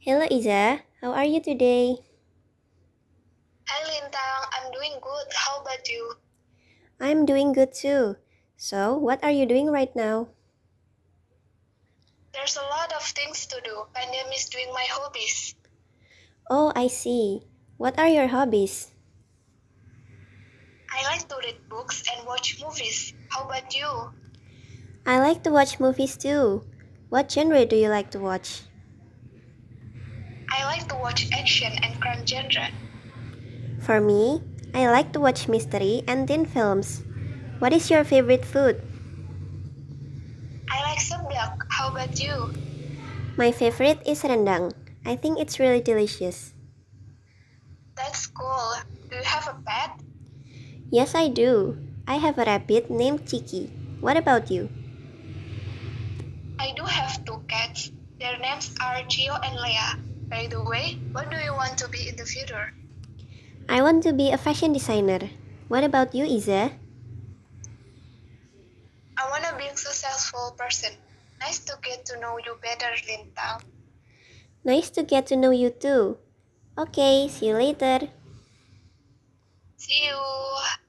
Hello Iza, how are you today? Hi Lintang, I'm doing good. How about you? I'm doing good too. So, what are you doing right now? There's a lot of things to do, and I'm is doing my hobbies. Oh, I see. What are your hobbies? I like to read books and watch movies. How about you? I like to watch movies too. What genre do you like to watch? I like to watch action and crime genre. For me, I like to watch mystery and teen films. What is your favorite food? I like seblak. How about you? My favorite is rendang. I think it's really delicious. That's cool. Do you have a pet? Yes, I do. I have a rabbit named Chiki. What about you? I do have two cats. Their names are Gio and Leah. By the way, what do you want to be in the future? I want to be a fashion designer. What about you, Iza? I want to be a successful person. Nice to get to know you better, Lintang. Nice to get to know you too. Okay, see you later. See you.